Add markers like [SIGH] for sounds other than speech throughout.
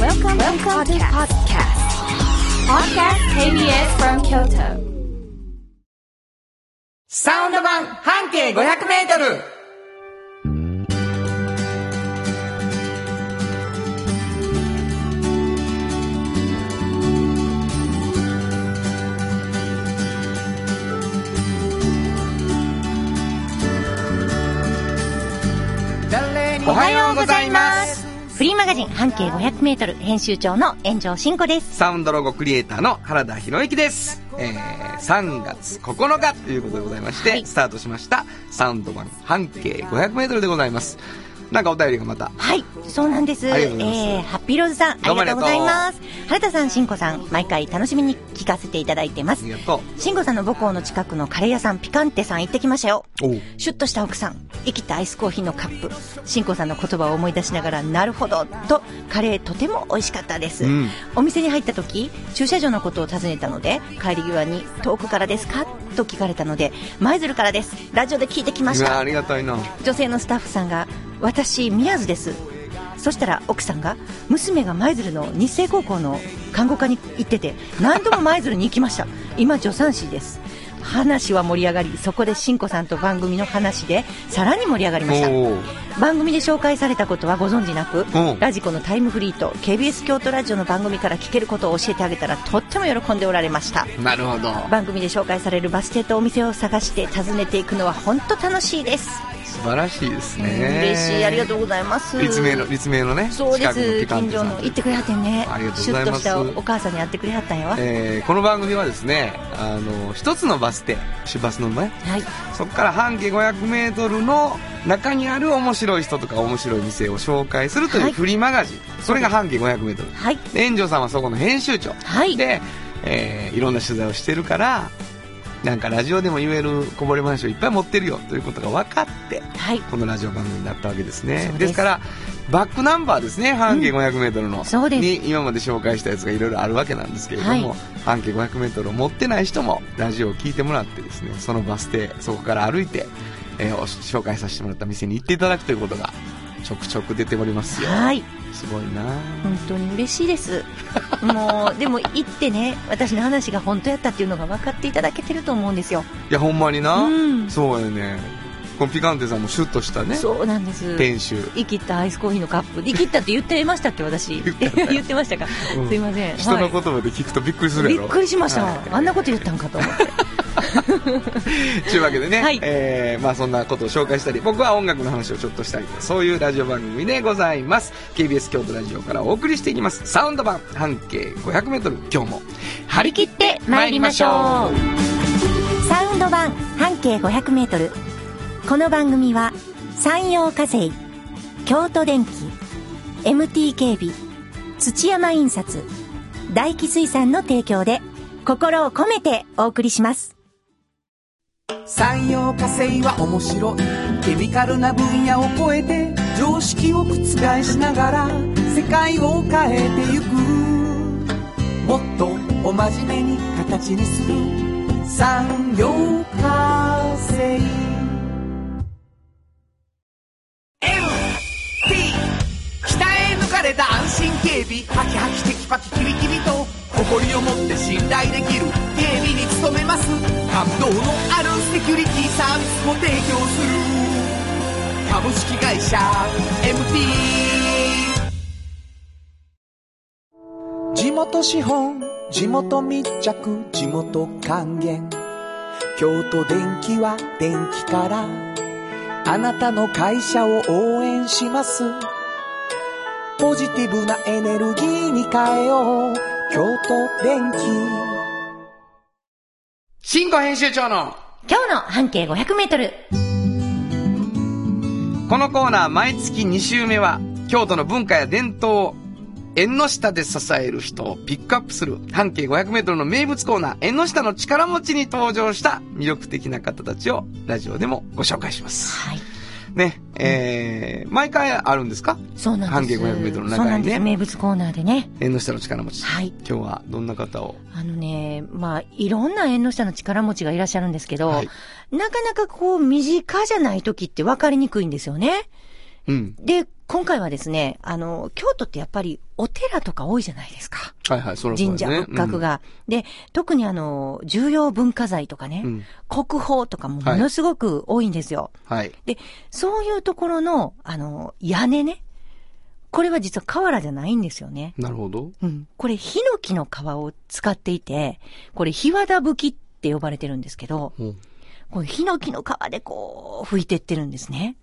Welcome, to the podcast. Podcast KBS from Kyoto. サウンド版半径500メートルおはようございます。フリーマガジン半径500メートル編集長の炎上真子です。サウンドロゴクリエイターの原田博之です。えー、3月9日ということでございまして、はいスタートしました、サウンド版半径500メートルでございます。なんかお便りがまた、はい、そうなんです。ありがとうございますえー、ハッピーローズさん、どうもあありりががととううございます。原田さん、真子さん、毎回楽しみに聞かせていただいてまあすり。がと真子さんの母校の近くのカレー屋さん、ピカンテさん行ってきましたよ。う。おうシュッとした奥さん、生きたアイスコーヒーのカップ、新子さんの言葉を思い出しながら、なるほど、と、カレーとても美味しかったです。うんお店に入った時、駐車場のことを尋ねたので、帰り際に、遠くからですかと聞かれたので、舞鶴からです。ラジオで聞いてきましうわたあ。りがたいな。女性のスタッフさんが、私、宮津です。そしたら奥さんが娘が舞鶴の日清高校の看護科に行ってて何度も舞鶴に行きました今助産師です話は盛り上がりそこで新子さんと番組の話でさらに盛り上がりましたおう番組で紹介されたことはご存知なく、うんラジコのタイムフリーと KBS 京都ラジオの番組から聞けることを教えてあげたらとっても喜んでおられましたなるほど。番組で紹介されるバス停とお店を探して訪ねていくのは本当楽しいです、素晴らしいですうんね。嬉しいありがとうう。ございます立命の、立命のね、そうで近くのすピカン近テさ所んの行ってくれはってんねありがとうシごュざいッとますしたお母さんに会ってくれはったんやわ、えーこの番組はですね、あの、一つのバス停、市バスの前、はいそこから半径500メートルの中にある面白い人とか面白い店を紹介するとはいいうフリーマガジン。それが半径500メートル。はいで炎上さんはそこの編集長。はいで、えーいろんな取材をしてるから、なんかラジオでも言えるこぼれ話をいっぱい持ってるよということが分かって、はいこのラジオ番組になったわけですね。そうですですから、バックナンバーですね、半径500メートルの。そうですに今まで紹介したやつがいろいろあるわけなんですけれども、は半径500メートルを持ってない人も、ラジオを聞いてもらってですね、そのバス停、そこから歩いて、えーお紹介させてもらった店に行っていただくということが、ちょくちょく出ておりますよ。はいすごいな本当に嬉しいです [LAUGHS] もうでも行ってね私の話が本当やったっていうのが分かっていただけてると思うんですよいや、ほんまにな、うんそうやね。このピカンテさんもシュッとしたね、そうなんです店主。生きったアイスコーヒーのカップ生きったって言ってましたって私言ったよ [LAUGHS] 言ってましたか、うんすいません人の言は葉で聞くとびっくりすいるやびろ、っくりしました、はいあんなこと言ったんかと思ってというわけでね、はいえーまあ、そんなことを紹介したり僕は音楽の話をちょっとしたりそういうラジオ番組でございます KBS 京都ラジオからお送りしていきますサウンド版半径 500m 今日も張り切って参りましょうサウンド版半径 500m この番組は山陽火星京都電機 MT 警備土山印刷大気水産の提供で心を込めてお送りします産業化成は面白いケミカルな分野を超えて常識を覆しながら世界を変えてゆくもっとお真面目に形にする産業化成 MT 鍛え抜かれた安心警備ハキハキテキパキキビキビと誇りを持って信頼できる警備に努めます感動のあるセキュリティサービスも提供する株式会社 MT 地元資本地元密着地元還元京都電気は電気からあなたの会社を応援しますポジティブなエネルギーに変えよう京都電気新語編集長の今日の半径 500m このコーナー毎月2週目は京都の文化や伝統を縁の下で支える人をピックアップする半径 500m の名物コーナー縁の下の力持ちに登場した魅力的な方たちをラジオでもご紹介します。はいね、えー、毎回あるんですかそうな半んで径す500メートルの中にねそうなんです名物コーナーでね縁の下の力持ち。はい今日はどんな方をあのね、まあ、いろんな縁の下の力持ちがいらっしゃるんですけど、はいなかなかこう、身近じゃない時って分かりにくいんですよね。うん。で、今回はですね、あの、京都ってやっぱりお寺とか多いじゃないですか。はいはい、それはそう神です社、ね。仏閣が、で、特にあの、重要文化財とかね、うん国宝とかもものすごく多いんですよ。うん。はい。で、そういうところの、あの、屋根ね。これは実は瓦じゃないんですよね。なるほど。うん。これ、ヒノキの皮を使っていて、これ、ヒワダ吹きって呼ばれてるんですけど、うん。このヒノキの皮でこう、吹いてってるんですね。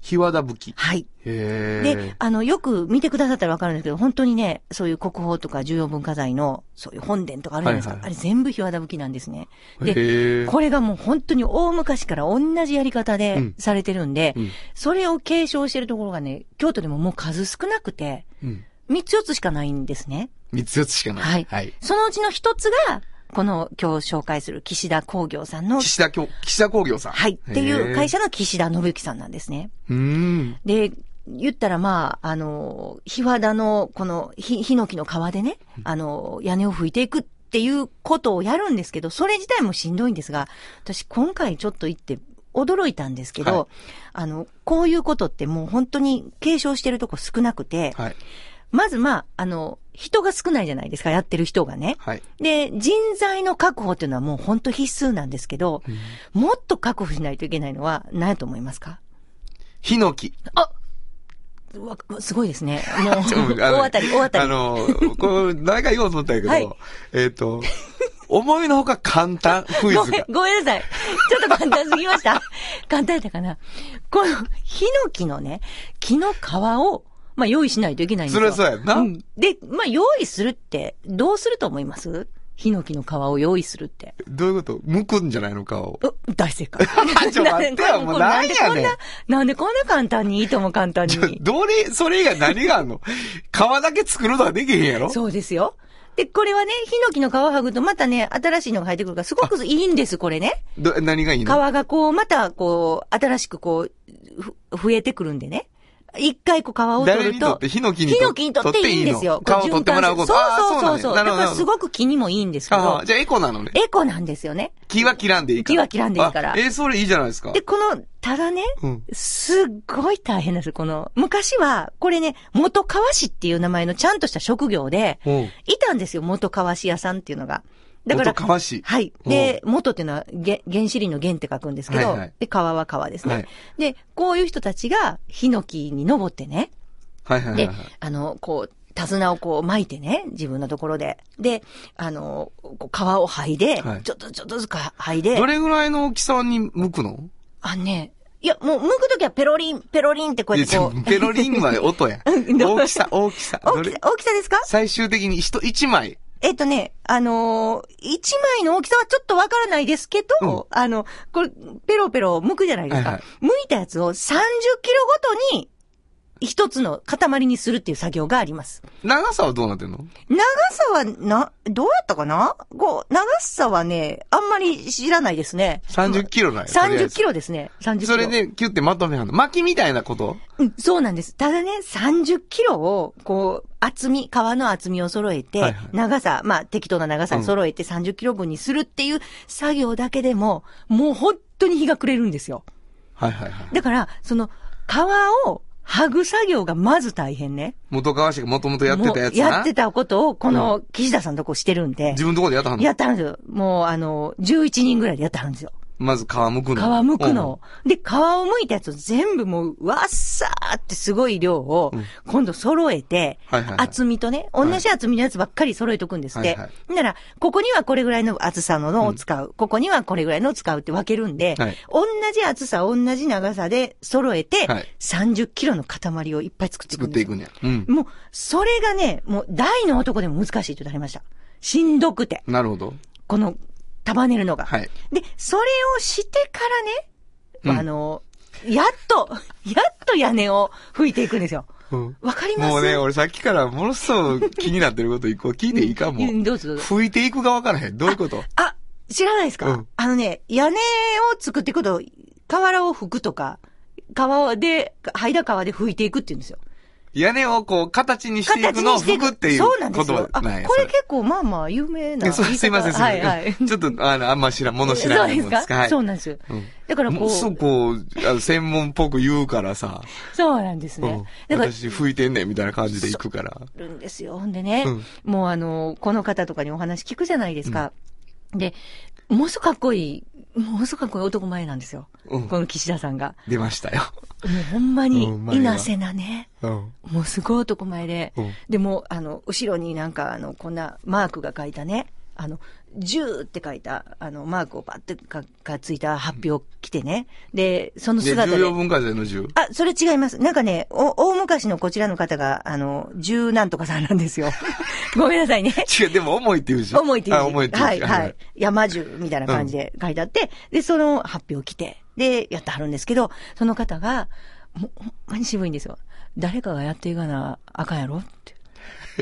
ひわだぶき。はい。へえ。で、あの、よく見てくださったらわかるんですけど、本当にね、そういう国宝とか重要文化財の、そういう本殿とかあるじゃないですか。はいはいあれ全部ひわだぶきなんですね。で、へえ。これがもう本当に大昔から同じやり方うでんされてるんで、うんそれを継承してるところがね、京都でももう数少なくて、うん。三つ四つしかないんですね。三つ四つしかない。はいはい。そのうちの一つが、この今日紹介する岸田工業さんの、岸田京、岸田工業さん。はい、っていう会社。社の岸田信之さんなんですね。うーん。で、言ったらまあ、あの、ひわだの、この、ひ、ヒノキの皮でね、あの、屋根を吹いていくっていうことをやるんですけど、それ自体もしんどいんですが、私今回ちょっと行って驚いたんですけど、はいあの、こういうことってもう本当に継承してるとこ少なくて、はい。まずまあ、あの、人が少ないじゃないですか、やってる人がね。はい。で、人材の確保っていうのはもう本当必須なんですけど、もっと確保しないといけないのは何やと思いますかヒノキ。うわ、すごいですね。もう、 [LAUGHS] ちょ [LAUGHS] 大っとあの当たり、大当たあり。の、これ、何回言おうと思ったんやけど、はいえっ、と、思いのほか簡単、クイごズめんが、。ご [LAUGHS] めんなさい。ちょっと簡単すぎました [LAUGHS] 簡単やったかなこの、ヒノキのね、木の皮を、まあ、用意しないといけないんですそよ。りゃそうやんな。うんで、まあ、用意するって、どうすると思いますヒノキの皮を用意するって。どういうこと剥くんじゃないのかを。。う大正解 [LAUGHS] ちょ待ってよもうなんやねんこんな、なんでこんな簡単にいいとも簡単ちょに。どれ、それ以外何があんの皮だけ作るのはできへんやろそうですよ。で、これはね、ヒノキの皮剥ぐとまたね、新しいのが生えてくるから、すごくいいんです、これね。ど何がいい皮のがこう、またこう、新しくこう、ふ増えてくるんでね。一回こう皮を取誰るにととっ。てヒノキにとヒノキにとっていいんですよ。皮を取ってもらうこと。こあ循環するそうそうそうそそうう。なだんやなるほかどらすごく木にもいいんですけあどあ、じゃあエコなのね。エコなんですよね。木は切らんでいいから。木は切らんでいいかあらえーそれいいじゃないですか。で、この、ただね、うん。すっごい大変なんですよ、この。昔は、これね、元川市っていう名前のちゃんとした職業で、うん。いたんですよ、元川市屋さんっていうのが。だから、元川市はい。で、元っていうのは、げ原子林の原って書くんですけど、はいはいで、川は川ですね、はいで、こういう人たちが、ヒノキに登ってね、はいはいはいではい。、あの、こう、手綱をこう巻いてね、自分のところで。で、あの、こう皮を剥いで、はいちょっとちょっとずつか剥いでど、れぐらいの大きさに剥くのあのね、いや、もう剥くときはペロリン、ペロリンってこういややってちこょう、ペロリンは音や。 [LAUGHS] うん大きさ、大きさ。ど大きれさ、大きさですか最終的に一一枚。えっとね、あのー一枚の大きさはちょっとわからないですけど、あの、これ、ペロペロ剥くじゃないですか。はいは剥いたやつを30キロごとに、一つの塊にするっていう作業があります。長さはどうなってんの長さは、な、どうやったかなこう、長さはね、あんまり知らないですね。 ?30 キロなんや。とりあえ30ずキロですね。30キロ。それで、キュってまとめはんの。巻きみたいなことうん、そうなんです。ただね、30キロを、こう、厚み、皮の厚みを揃えて、はいはい長さ、まあ適当な長さに揃えて30キロ分にするっていう作業だけでも、もう本当に日が暮れるんですよ。はいはいはい。だから、その、皮を剥ぐ作業がまず大変ね。元川氏がもともとやってたやつもな。うやってたことを、この、岸田さんのとこしてるんで、自分のところでやったはんやのってはるんですよ。もう、あの、11人ぐらいでやってはるんですよ。まず皮剥く皮の。剥くのを。で、皮を剥いたやつを全部もう、わっさーってすごい量をうん、今度揃えて、はいはいはい厚みとね、同じ厚みのやつばっかり揃えとくんですって。はいはなら、ここにはこれぐらいの厚さののを使う、ここにはこれぐらいのを使うって分けるんで、はい同じ厚さ、同じ長さで揃えて、はい30キロの塊をいっぱい作ってい作くっんてでいすよくんや。うん。もう、それがね、もう大の男でも難しいって言われました。しんどくて、なるほど。この束ねるのが。はい。で、それをしてからね、うんあの、やっと、やっと屋根を吹いていくんですよ。うんわかりますもうね、俺さっきからものすごく気になってること一個聞いていいかもうんう。どうぞどうぞ拭いていくがわからへん。どういう [LAUGHS] ことあ、知らないですか、うんあのね、屋根を作っていくこと、瓦を拭くとか、川で、灰だ川で拭いていくって言うんですよ。屋根をこう、形にしていくのを服っていうそうなんでこすよと。あ、ない。これそ結構まあまあ有名な言いそう方。すいません、すいません。はいはい。 [LAUGHS] ちょっと、あの、あんま知らん、もの知らないもんそうでですすかか、はい。そうなんですよ。うんだからもこうう、すぐそうこう、あの専門っぽく言うからさ、なんですうんね。だから、私吹いてんねんみたいな感じで行くから。るんですよ。ほんでね、うんもうあの、この方とかにお話聞くじゃないですか。で、ものすごくかっこいい、ものすごくかっこいい男前なんですよ。うんこの岸田さんが。出ましたよ。もうほんまにうん、前は稲瀬なね。うん。もうすごい男前で。うんでも、あの、後ろになんか、あの、こんなマークが書いたね。あの、10って書いた、あの、マークをバッてか、がついた発表着てね。で、そので、姿重で。要文化財の10。あ、それ違います。なんかね、お、大昔のこちらの方が、あの、十なんとかさんなんで [LAUGHS] すよ。ごめんなさいね。違う、でも重いって言うじゃん。重いっていう字あ重いって言うはじい、ゃん。はい。山十みたいな感じで書いてあって、で、その発表来て、で、やってはるんですけど、その方が、もう、ほんまに渋いんですよ。誰かがやっていかなあかんやろって。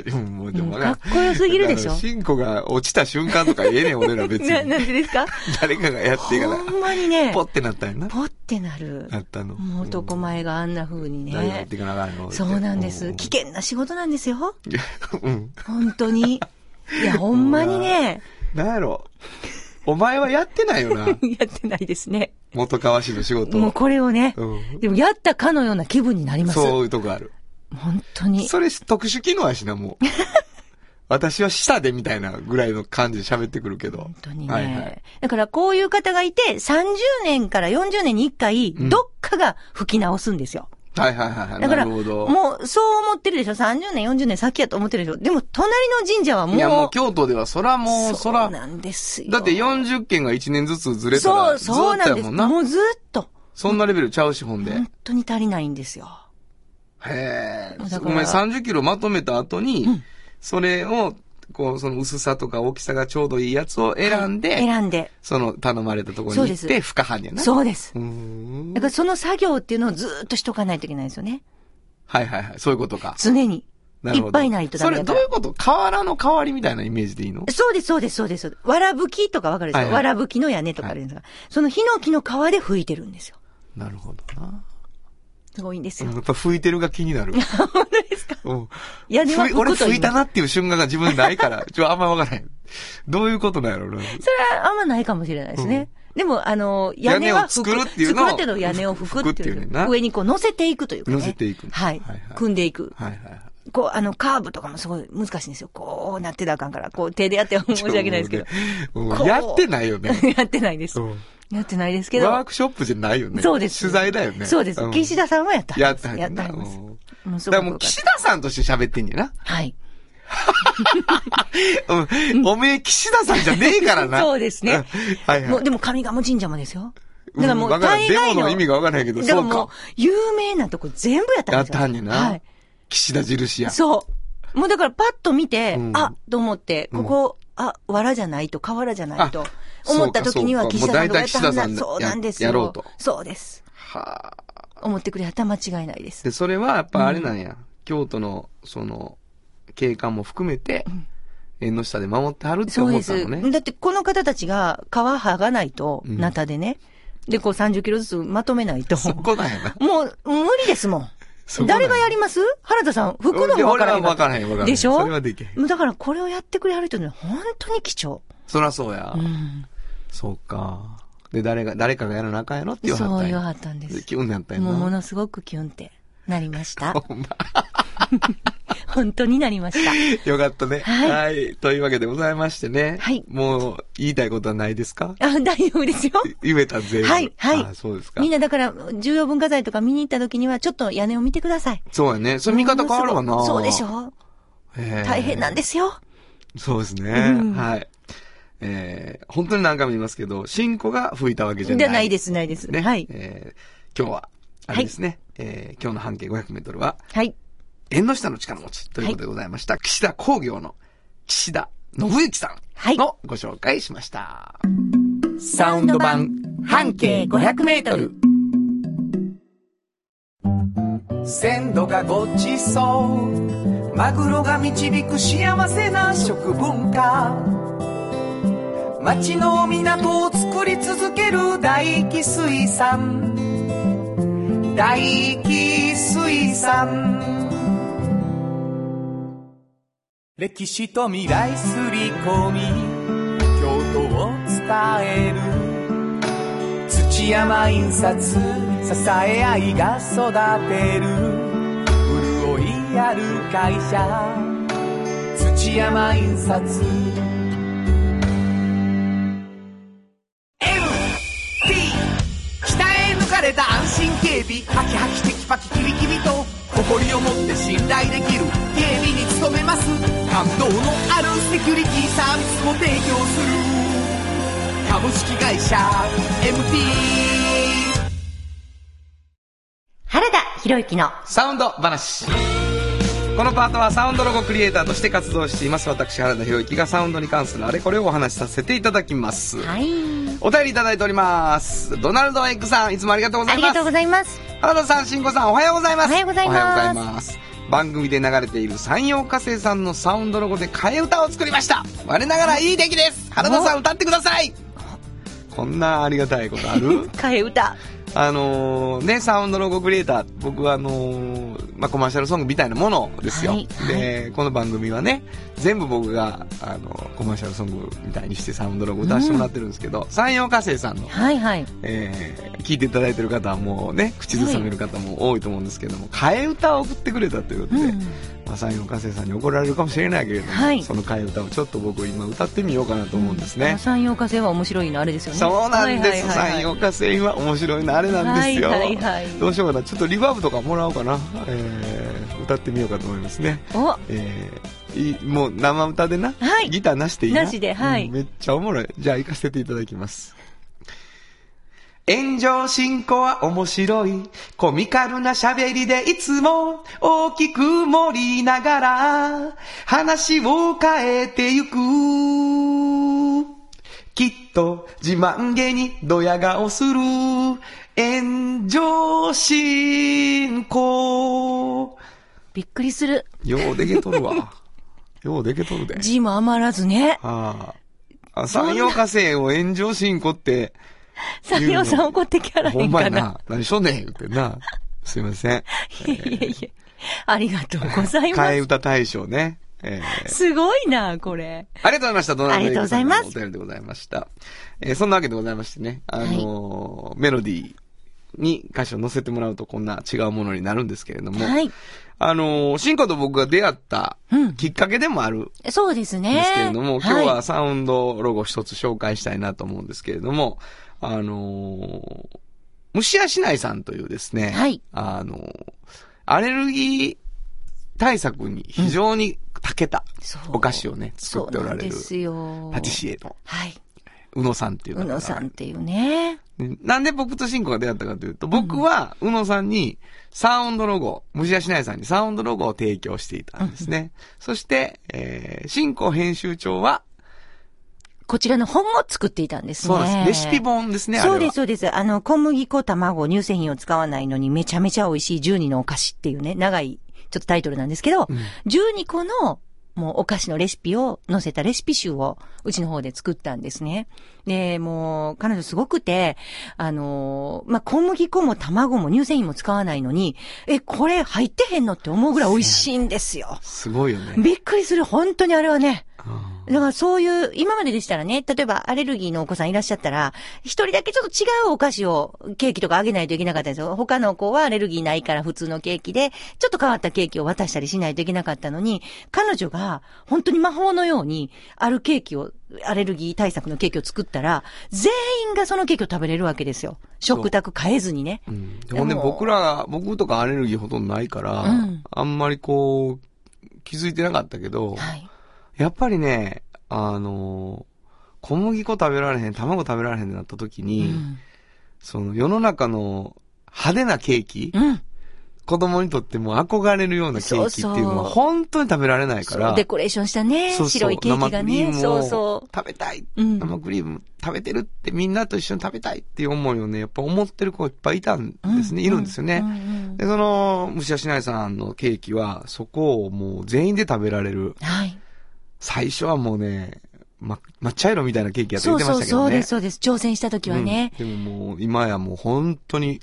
でももう、でももうなかっこよすぎるであ [LAUGHS] しょの。進行が落ちた瞬間とか [LAUGHS] 言えねえ、俺ら別な、に。なんでですか誰かがやっていかほなんまにね、 [LAUGHS] い。ポぽってなったんやな。ってなる。なったの。もう男前があんな風にうん。誰がやっねて。いかなあかんのってそうなんです。危険な仕事なんですよ。 [LAUGHS] うんうん。本当に。い [LAUGHS] や、ほんまにね、なんやろ。お前はやってないよ [LAUGHS] な。やってないですね。元川氏の仕事。もうこれをね、うんでもやったかのような気分になります。そういうとこある。本当に。それ特殊機能やしな、もう。 [LAUGHS] 私は下でみたいなぐらいの感じで喋ってくるけど。本当にね、はいはい。だからこういう方がいて、30年から40年に1回、うんどっかが吹き直すんですよ。はいはいはいはい。だから、なるほど。もうそう思ってるでしょ ?30 年、40年先やと思ってるでしょでも、隣の神社はもう、いやもう京都ではそらもう、そそうら、なんですよ。だって40件が1年ずつずれたそう、ら、ずそーうっなとやんです。もんな。もうずっと、そんなレベルちゃうし、ほんで。本当に足りないんですよ。へえだ。かおら前30キロまとめた後にうん、それを、こう、その薄さとか大きさがちょうどいいやつを選んで、選んで。その頼まれたところに行っそうでて、深はんやな。そうです。うーんだからその作業っていうのをずーっとしとかないといけないんですよね。はいはいはい。そういうことか。常に。なるほど。いっぱいないとダメそれどだうからいうこと瓦の代わりみたいなイメージでいいのそうです、そうです、そうです。わらぶきとかわかるでしょ、はいはいわらぶきの屋根とかあるんですが、そのヒノキの皮で吹いてるんですよ。なるほどな。すごいんですうん [LAUGHS] よ。やっぱ吹いてるが気にな [LAUGHS] る。本当ですかうん。屋根はふい吹俺くと吹言いいたます。なっていう瞬間が自分ないから、 [LAUGHS] ちょ、あんまわからへん。どういうことなんやろうな。それはあんまないかもしれないですね。でも、あの、屋屋根根はは吹吹くく。作る作っるてていういのうのをを屋根を吹くって吹くいっていううねんな上にこう乗せていくというか、ね。乗せていくはいはいはい。組んでいく。はいはいはい。こう、あの、カーブとかもすごい難しいんですよ。こうなってたらあかんから、こう手でやっては申し訳ないですけど。もうね。もうこうやってないよ [LAUGHS] ね。やってないですう。んやってないですけど。ワークショップじゃないよね。そうです。取材だよね。そうです。ん岸田さんはやった。やったやったはりうます。んもうすだからごくもうよかっ岸田さんとして喋ってんねんな。た。はい。うん、おめえ岸田さんじゃねえからな。そうですねうん。はいはい。もう、でも神鴨神社もですよ。うんだからもわう、からん大概デモの。の意味がわからへんけどだからそもううか、有名なとこ全部やったんですよやったんやなはい。岸田印や。そう。もうだからパッと見て、うんあ、と思って、ここ、あ、藁じゃないと、瓦じゃないとあ、思った時にはそうか岸田さんとかそうかもう大やった体岸田はずさなんんでそうなんですやよ。やろうとそうです。はあ。思ってくれはったら間違いないです。で、それはやっぱあれなんや。京都の、その、景観も含めて、縁の下で守ってはるってそう思でったす。のね。だって、この方たちが皮剥がないと、うんナタでね。で、こう30キロずつまとめないと。そこなんやな。もう、無理ですもんそ。こなんや誰がやります原田さん、 [LAUGHS] 服ので方俺からはへんわ分からへん、分からへん。でしょそれはできへん。だからこれをやってくれはる人には本当に貴重。そらそうや。うん。そうか。で、誰が、誰かがやらなあかんやろって言わはそうったん言わや。はったんで。ですキュンになったんやもうもな。のすごくキュンってなりました。ほんま [LAUGHS] 本当になりまし [LAUGHS] た。よかったね。はいはい。というわけでございましてね。はいもう、言いたいことはないですかあ、大丈夫ですよ。言えた全部。はいはいあそうですかみん。なだから、重要文化財とか見に行った時には、ちょっと屋根を見てください。そうやね。それ見方変わるわな。そうでしょへえ大変なんですよ。そうですね。うんはい。えー、本当に何回も言いますけど、新子が吹いたわけじじゃゃない。ないです、ないです。ね。はい。えー、今日は、あれですね。えー、今日の半径500メートルは、はい。縁の下の力持ちということでございました。岸田工業の岸田信之さんのご紹介しました。サウンド版半径500メートル。鮮度がごちそうマグロが導く幸せな食文化町の港を作り続ける大気水産大気水産歴史と未来すり込み京都を伝える土山印刷支え合いが育てる潤いある会社土山印刷 MT 鍛え抜かれた安心警備ハキハキテキパキキビキビと誇りを持って信頼できる警備に努めます感動のあるセキュリティサービスも提供する株式会社 MT 原田博之のサウンド話このパートはサウンドロゴクリエイターとして活動しています私原田博之がサウンドに関するあれこれをお話しさせていただきますはいお便りいただいておりますドナルド・エッグさんいつもありがとうござあいりまがすとうございます原田さん、慎吾さん、おはようございます。おはようございまおすはようございます番組で流れている山陽火星さんのサウンドロゴで替え歌を作りました。我ながらいい出来です。原田さん、歌ってください。こんなありがたいことあ [LAUGHS] る替え歌あのーね、サウンドロゴクリエイター、僕はあのーまあ、コマーシャルソングみたいなものですよ。はいで、この番組はね、全部僕が、あのコマーシャルソングみたいにしてサウンドロゴ歌わせてもらってるんですけど、山陽火星さんのはいはいえー聞いていただいてる方はもうね口ずさめる方も多いと思うんですけども、替え歌を送ってくれたということで、うんまあ、西岡生さんに怒られるかもしれないけれども、はいその替え歌をちょっと僕今歌ってみようかなと思うんですあねの、山陽火星は面白いのあれですよねそうなんです、はいはいはい山はい陽火星は面白いのあれなんですよ、はいはいはいどうしようかなちょっとリバーブとかもらおうかな、えー歌ってみようかと思いますねおえーいもう生歌でな、はいギターなしでいいな。なしではいうんめっちゃおもろい。じゃあ行かせていただきます。炎上進行は面白い。コミカルな喋りでいつも大きく盛りながら話を変えてゆく。きっと自慢げにドヤ顔する炎上進行。びっくりするようでけとる [LAUGHS] わ。ようでけとるで。字も余ら [LAUGHS] ずねああ。あ山陽火星を炎上進行って、山陽さん怒ってきゃらほへんんまかやなな。何しとんねん言ってな。すいません。いやいやいやありがとうございま替えす歌大賞ね。えーすごいなこれありがとうございました。どありがとうございますお便りでございました。えーそんなわけでございましてね。あのーメロディーに歌詞を載せてもらうとこんな違うものになるんですけれども。はいあのー、進行と僕が出会ったうんきっかけでもあるそうですねですけれども、今日はいサウンドロゴ一つ紹介したいなと思うんですけれども、あのー、虫屋市内さんというですね、はいあのー、アレルギー対策に非常に長けたそうお菓子をね、作っておられるそうなんですよパティシエのはい宇野さんっていう宇方が野さんっていうねでなんで僕とシンコが出会ったかというと、僕は、うのさんに、サウンドロゴ、虫屋市内さんにサウンドロゴを提供していたんですね。そして、えー、シンコ編集長は、こちらの本を作っていたんですね。そうなんです。レシピ本ですね、あれは。そうです、そうです。あの、小麦粉、卵、乳製品を使わないのにめちゃめちゃ美味しい12のお菓子っていうね、長い、ちょっとタイトルなんですけど、12個の、もうお菓子のレシピを載せたレシピ集をうちの方で作ったんですね。で、もう彼女すごくて、あのーまあ、小麦粉も卵も乳製品も使わないのに、え、これ入ってへんのって思うぐらい美味しいんですよ。すごいよね。びっくりする、本当にあれはね。うんだからそういう、今まででしたらね、例えばアレルギーのお子さんいらっしゃったら、一人だけちょっと違うお菓子を、ケーキとかあげないといけなかったんですよ。他の子はアレルギーないから普通のケーキで、ちょっと変わったケーキを渡したりしないといけなかったのに、彼女が本当に魔法のように、あるケーキを、アレルギー対策のケーキを作ったら、全員がそのケーキを食べれるわけですよ。食卓変えずにね。うんでもほんで僕ら、僕とかアレルギーほとんどないから、うんあんまりこう、気づいてなかったけど、はい。やっぱりね、あの小麦粉食べられへん、卵食べられへんってなった時うに、ん。その世の中の派手なケーキ、うん。子供にとっても憧れるようなケーキっていうのはそうそう本当に食べられないかそうら、デコレーションしたね。そうそう白いケーキがね。生クリームそをうそう。食べたい、うん生クリーム食べてるってみんなと一緒に食べたいっていう思いをね、やっぱ思ってる子いっぱいいたんですね、いるんですよね。ううんで、その、虫屋市内さんのケーキは、そこをもう全員で食べられる。はい。最初はもうね、ま、抹茶色みたいなケーキやって言そってうましそうたけそどうでね。す、そうです。挑戦した時はね。うんでももう、今やもう本当に、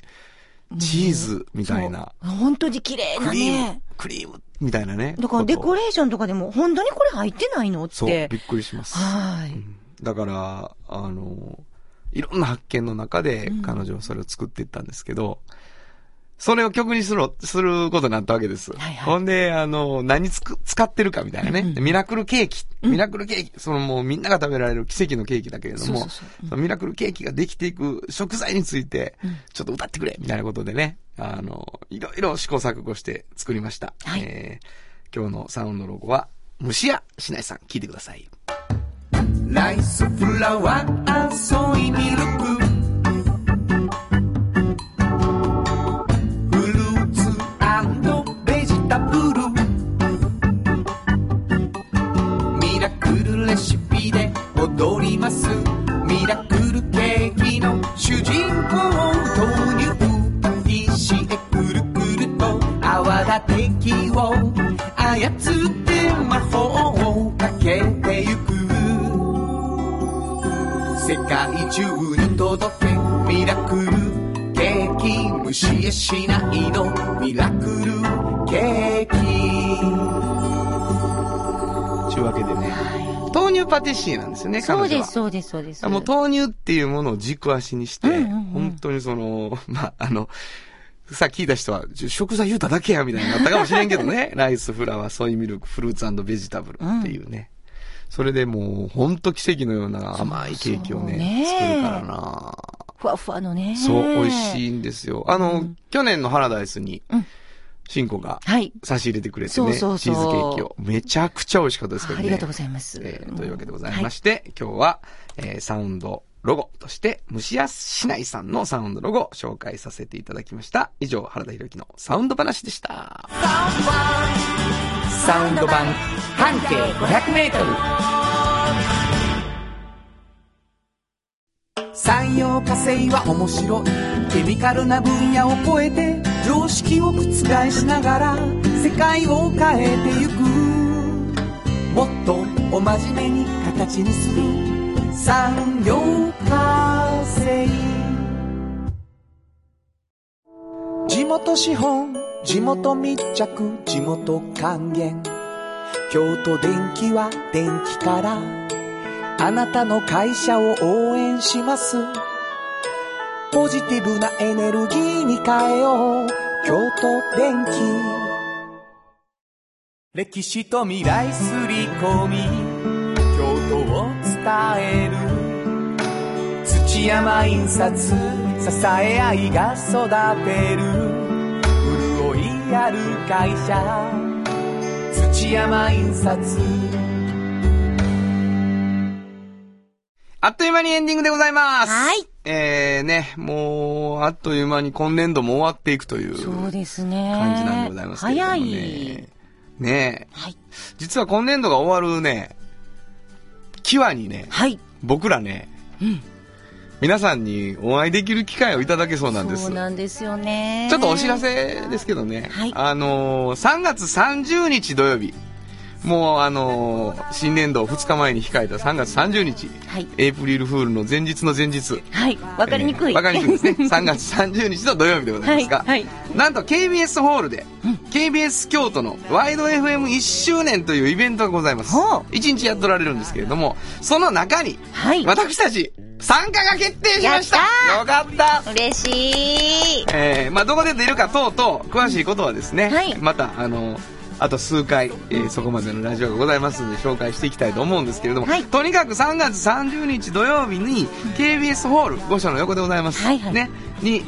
チーズみたいな、そう。本当に綺麗なクリームね。、クリームみたいなね。だからデコレレーションとかでも、本当にこれ入ってないのっそう、てび。っくりします。はーい。だから、あの、いろんな発見の中でうん彼女はそれを作っていったんですけど、それを曲にする、することになったわけです。はいはいほんで、あの、何つく、使ってるかみたいなね。うんうんミラクルケーキ。ミラクルケーキ。そのもうみんなが食べられる奇跡のケーキだけれどそうも、そうそううんそのミラクルケーキができていく食材について、ちょっと歌ってくれみたいなことでね、あの、いろいろ試行錯誤して作りました。はいえー今日のサウンドロゴは、虫屋しないさん、聞いてください。ライスフラワーソイミルクフルーツベジタブルミラクルレシピで踊りますミラクルケーキの主人公豆乳石でくるくると泡立て器を操って魔法をかけてゆく世界中に届けミラクルケーキ虫へしないのミラクルケーキちゅうわけでね、豆乳パティシエなんですよね、彼女そは。うです、そうです、そうです。もう豆乳っていうものを軸足にして、うんうんうん本当にその、まあ、あの、さ、聞いた人は、じゅ食材言うただけや、みたいになったかもしれんけど [LAUGHS] ね。ライス、フラワー、ソイミルク、フルーツベジタブルっていうね。それでもう、ほんと奇跡のような甘いケーキをね、そうね作るからな。ふわふわのね。そう、美味しい。いんですよ。あの、去年のハラダイスにうん、シンコがはい。差し入れてくれてね、そうそうそうチーズケーキを。めちゃくちゃ美味しかったですけどあね。りがとうございます。えーというわけでございまして、今日は、えーサウンドロゴとして、虫屋市内さんのサウンドロゴを紹介させていただきました。以上、原田博之のサウンド話でした。サウンド版半径500メートル産業化成は面白いケミカルな分野を超えて常識を覆しながら世界を変えてゆくもっとお真面目に形にする産業化成地元資本地元密着地元還元京都電気は電気からあなたの会社を応援しますポジティブなエネルギーに変えよう京都電気歴史と未来すり込み京都を伝える土山印刷支え合いが育てる潤いある会社土山印刷あっという間にエンディングでございます。はい。えー、ね、もう、あっという間に今年度も終わっていくというそうですね。感じなんでございますけれども早ね。い。ねえはい。実は今年度が終わるね、際にね、はい。僕らね、皆さんにお会いできる機会をいただけそうなんです。そうなんですよね。ちょっとお知ら。せですけどね、はいあのー3月30日土曜日、もうあのー新年度2日前に控えた3月30日、はいエイプリルフールの前日の前日、はい。わかりにくい。えーわ、かりにくいですね。3月30日の土曜日でございますが、はいはなんと KBS ホールで、KBS 京都のワイド FM1 周年というイベントがございます。ほう1日やっとられるんですけれども、その中に、はい私たち、参加が決定しましたやよかった嬉しい。えーまあ、どこで出るか等々、詳しいことはですね、はいまた、あの、あと数回、えーそこまでのラジオがございますので、紹介していきたいと思うんですけれども、はいとにかく3月30日土曜日に、KBS ホール、御所の横でございます。はいはいね、に、い、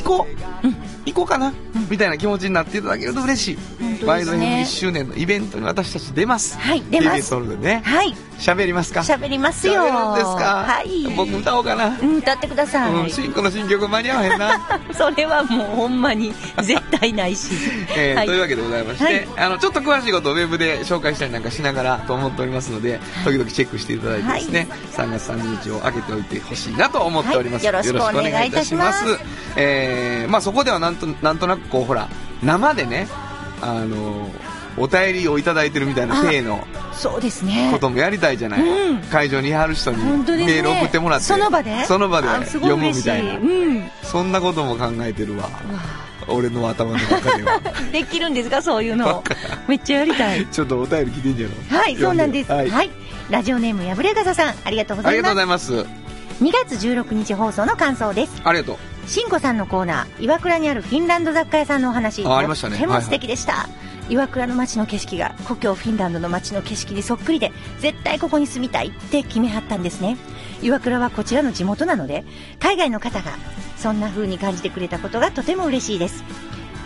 行こう、行こうかな、みたいな気持ちになっていただけると嬉しい。当ですねワイド M1 周年のイベントに私たち出ます。はい出ます KBS ホールでね、 [LAUGHS] はい。喋りますか喋りますよ。喋るんですかはい。僕歌おうかな。うん、歌ってくださうん、い。シンコの新曲間に合わへんな。。[LAUGHS] それはもうほんまに絶対ないし [LAUGHS] えーはいというわけでございまして、はいあのちょっと詳しいことをウェブで紹介したりなんかしながらと思っておりますので、時々チェックしていただいてですね、3月30日を開けておいてほしいなと思っております、はいよろしくお願いいたしますよろしくお願いいたしますえーまあ、そこではなんとなんとなくこうほら生でねあのお便りをいただいてるみたいな体のそうですね。こともやりたいじゃない、うん会場にいはる人に本当ですね。メール送ってもらってその場でその場であすご読むみたいな嬉しうん。そんなことも考えてるわわ俺の頭の中ではできるんですかそういうのめっちゃやりた [LAUGHS] いちょっとお便り聞いてんじゃろはいそうなんですははいい、ラジオネームやぶれ傘さんありがとうごあざりいがとうまごすざいます2月16日放送の感想ですありがとうしんこさんのコーナー岩倉にあるフィンランド雑貨屋さんのお話あありましたねとっても素敵でした、岩倉の街の景色が故郷フィンランドの街の景色にそっくりで絶対ここに住みたいって決めはったんですね岩倉はこちらの地元なので海外の方がそんな風に感じてくれたことがとても嬉しいです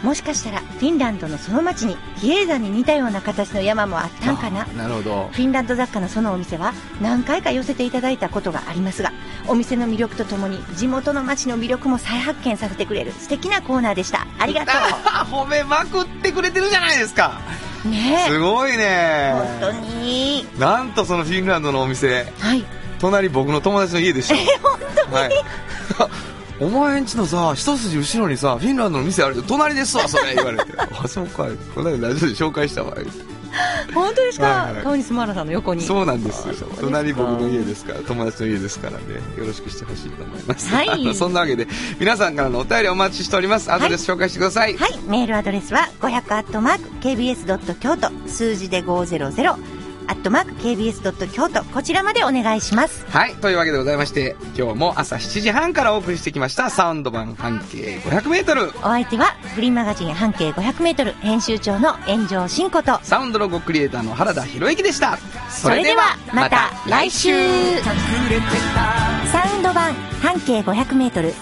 もしかしたらフィンランドのその街に比叡山に似たような形の山もあったんかなあなるほどフィンランド雑貨のそのお店は何回か寄せていただいたことがありますがお店の魅力とともに地元の街の魅力も再発見させてくれる素敵なコーナーでしたありがとあ [LAUGHS] 褒めまくってくれてるじゃないですかうねすごいえね本当になんとそのフィンランドのお店はい隣僕の友達の家でしたえ本当に、はい [LAUGHS] お前んちのさ一筋後ろにさフィンランドの店あるよ隣ですわそれ言われ [LAUGHS] てあそうかこの間ラジオで紹介したわ言うて本当ですか、はいはい川西マラさんの横にそうなんですあそうですか隣僕の家ですから友達の家ですからねよろしくしてほしいと思います、はい [LAUGHS] そんなわけで皆さんからのお便りお待ちしております後で紹介してください、はいメールアドレスは500 @kbs ドット京都数字で500 @kbs ドット京都こちらまでお願いしますはい。というわけでございまして、今日も朝7時半からお送りしてきました、サウンド版半径500メートル。お相手はフリーマガジン半径 500m 編集長の炎上真子とサウンドロゴクリエイターの原田博之でした。そそれではまた来週サウンド版半径 500m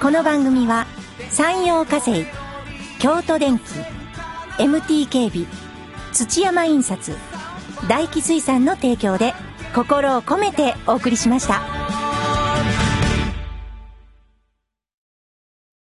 この番組は山陽火星京都電機 MT 警備土山印刷大気水産の提供で心を込めてお送りしました。